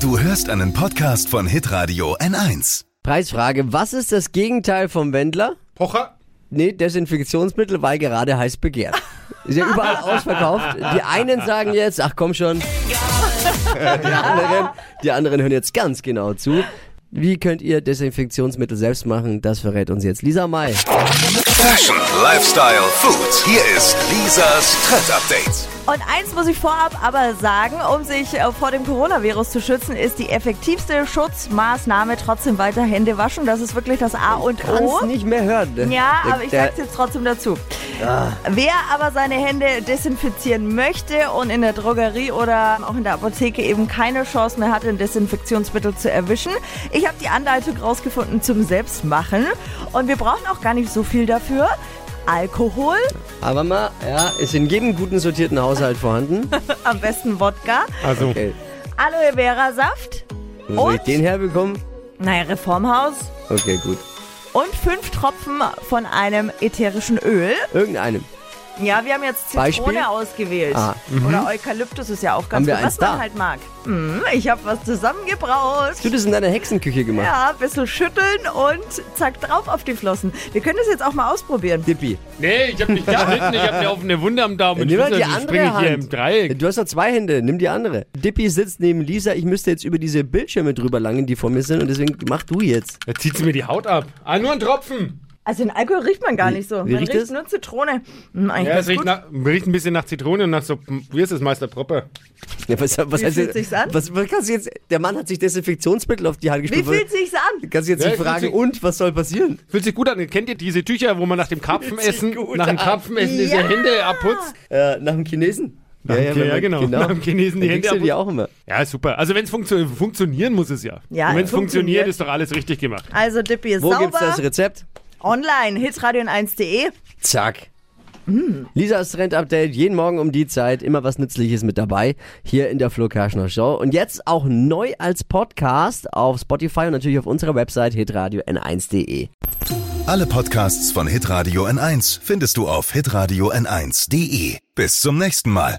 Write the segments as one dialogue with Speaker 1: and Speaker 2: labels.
Speaker 1: Du hörst einen Podcast von Hitradio N1.
Speaker 2: Preisfrage, was ist das Gegenteil vom Wendler?
Speaker 3: Pocher?
Speaker 2: Nee, Desinfektionsmittel, weil gerade heiß begehrt. Ist ja überall ausverkauft. Die einen sagen jetzt, ach komm schon. Die anderen, die anderen hören jetzt ganz genau zu. Wie könnt ihr Desinfektionsmittel selbst machen? Das verrät uns jetzt Lisa May.
Speaker 1: Fashion, Lifestyle, Food. Hier ist Lisas Trend Update.
Speaker 4: Und eins muss ich vorab aber sagen, um sich äh, vor dem Coronavirus zu schützen, ist die effektivste Schutzmaßnahme trotzdem weiter Hände waschen. Das ist wirklich das A und O.
Speaker 2: Kannst nicht mehr hören.
Speaker 4: Oh.
Speaker 2: ne?
Speaker 4: Ja, aber ich
Speaker 2: Der- Ah.
Speaker 4: sag's jetzt trotzdem dazu. Wer aber seine Hände desinfizieren möchte und in der Drogerie oder auch in der Apotheke eben keine Chance mehr hat, ein Desinfektionsmittel zu erwischen, ich habe die Anleitung rausgefunden zum Selbstmachen. Und wir brauchen auch gar nicht so viel dafür. Alkohol,
Speaker 2: Aber mal, ja, ist in jedem guten sortierten Haushalt vorhanden.
Speaker 4: am besten Wodka,
Speaker 3: Also,
Speaker 2: Okay.
Speaker 4: Aloe Vera Saft.
Speaker 2: Wo soll ich
Speaker 4: Und?
Speaker 2: den herbekommen?
Speaker 4: Naja, Reformhaus
Speaker 2: Okay, gut.
Speaker 4: und fünf Tropfen von einem ätherischen Öl.
Speaker 2: Irgendeinem.
Speaker 4: Ja, wir haben jetzt Zitrone
Speaker 2: Beispiel?
Speaker 4: ausgewählt.
Speaker 2: Ah,
Speaker 4: Oder Eukalyptus ist ja auch
Speaker 2: Haben
Speaker 4: ganz
Speaker 2: wir
Speaker 4: gut,
Speaker 2: eins
Speaker 4: was man
Speaker 2: da?
Speaker 4: halt mag. Mhm, ich habe was zusammengebraut.
Speaker 2: Hast du das in deiner Hexenküche gemacht?
Speaker 4: Ja, ein bisschen schütteln und zack, drauf auf die Flossen. Wir können das jetzt auch mal ausprobieren.
Speaker 2: Dippi.
Speaker 5: Nee, ich hab nicht geschnitten, ich hab eine offene Wunde am Daumen.
Speaker 2: Ja,
Speaker 5: Ich
Speaker 2: nimm mal
Speaker 5: wusste,
Speaker 2: die
Speaker 5: also
Speaker 2: andere
Speaker 5: springe
Speaker 2: Hand.
Speaker 5: hier im Dreieck.
Speaker 2: Du hast doch zwei Hände, nimm die andere. Dippi sitzt neben Lisa, ich müsste jetzt über diese Bildschirme drüber langen, die vor mir sind und deswegen mach du jetzt.
Speaker 5: Da zieht sie mir die Haut ab. Ah, nur ein Tropfen.
Speaker 4: Also den Alkohol riecht man gar nicht so.
Speaker 2: wie
Speaker 4: man
Speaker 2: riecht
Speaker 4: riecht,
Speaker 2: das?
Speaker 4: nur Zitrone. Hm, eigentlich
Speaker 5: Ja,
Speaker 4: ganz
Speaker 5: es riecht,
Speaker 4: gut.
Speaker 5: nach, riecht ein bisschen nach Zitrone und nach so, wie ist es, Meister Proppe?
Speaker 2: Ja, was, was
Speaker 4: Wie
Speaker 2: heißt
Speaker 4: fühlt
Speaker 2: jetzt-
Speaker 4: sich's an?
Speaker 2: Was, was kannst du jetzt, der Mann hat sich Desinfektionsmittel auf die Hand
Speaker 4: Wie
Speaker 2: gespielt.
Speaker 4: fühlt sich's an?
Speaker 2: Kannst du jetzt
Speaker 5: Ja,
Speaker 2: nicht
Speaker 5: fühlt
Speaker 2: fragen,
Speaker 5: sich-
Speaker 2: und was soll passieren?
Speaker 5: Fühlt sich gut an. Kennt ihr diese Tücher, wo man nach dem Karpfen
Speaker 2: Fühlt sich
Speaker 5: essen,
Speaker 2: gut
Speaker 5: nach dem
Speaker 2: an.
Speaker 5: Karpfen essen, diese
Speaker 4: Ja.
Speaker 5: Hände abputzt?
Speaker 2: Äh, nach dem Chinesen?
Speaker 5: Nach dem- ja,
Speaker 2: wenn man-
Speaker 5: genau. Nach dem Chinesen die
Speaker 2: Dann kriegst
Speaker 5: Hände
Speaker 2: du die auch immer.
Speaker 5: Ja, super. Also wenn es funktio funktionieren muss es ja.
Speaker 4: Ja,
Speaker 5: und wenn
Speaker 4: es
Speaker 5: es funktioniert,
Speaker 4: funktioniert.
Speaker 5: ist doch alles richtig gemacht.
Speaker 4: Also Dippi ist
Speaker 2: Wo gibt's das
Speaker 4: sauber.
Speaker 2: Rezept?
Speaker 4: Online, hitradion1.de.
Speaker 2: Zack. Lisas Trend-Update, jeden Morgen um die Zeit, immer was Nützliches mit dabei, hier in der Flo Kerschner Show. Und jetzt auch neu als Podcast auf Spotify und natürlich auf unserer Website hitradio n1.de.
Speaker 1: Alle Podcasts von Hitradio N1 findest du auf hitradio n1.de. Bis zum nächsten Mal.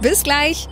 Speaker 6: Bis gleich.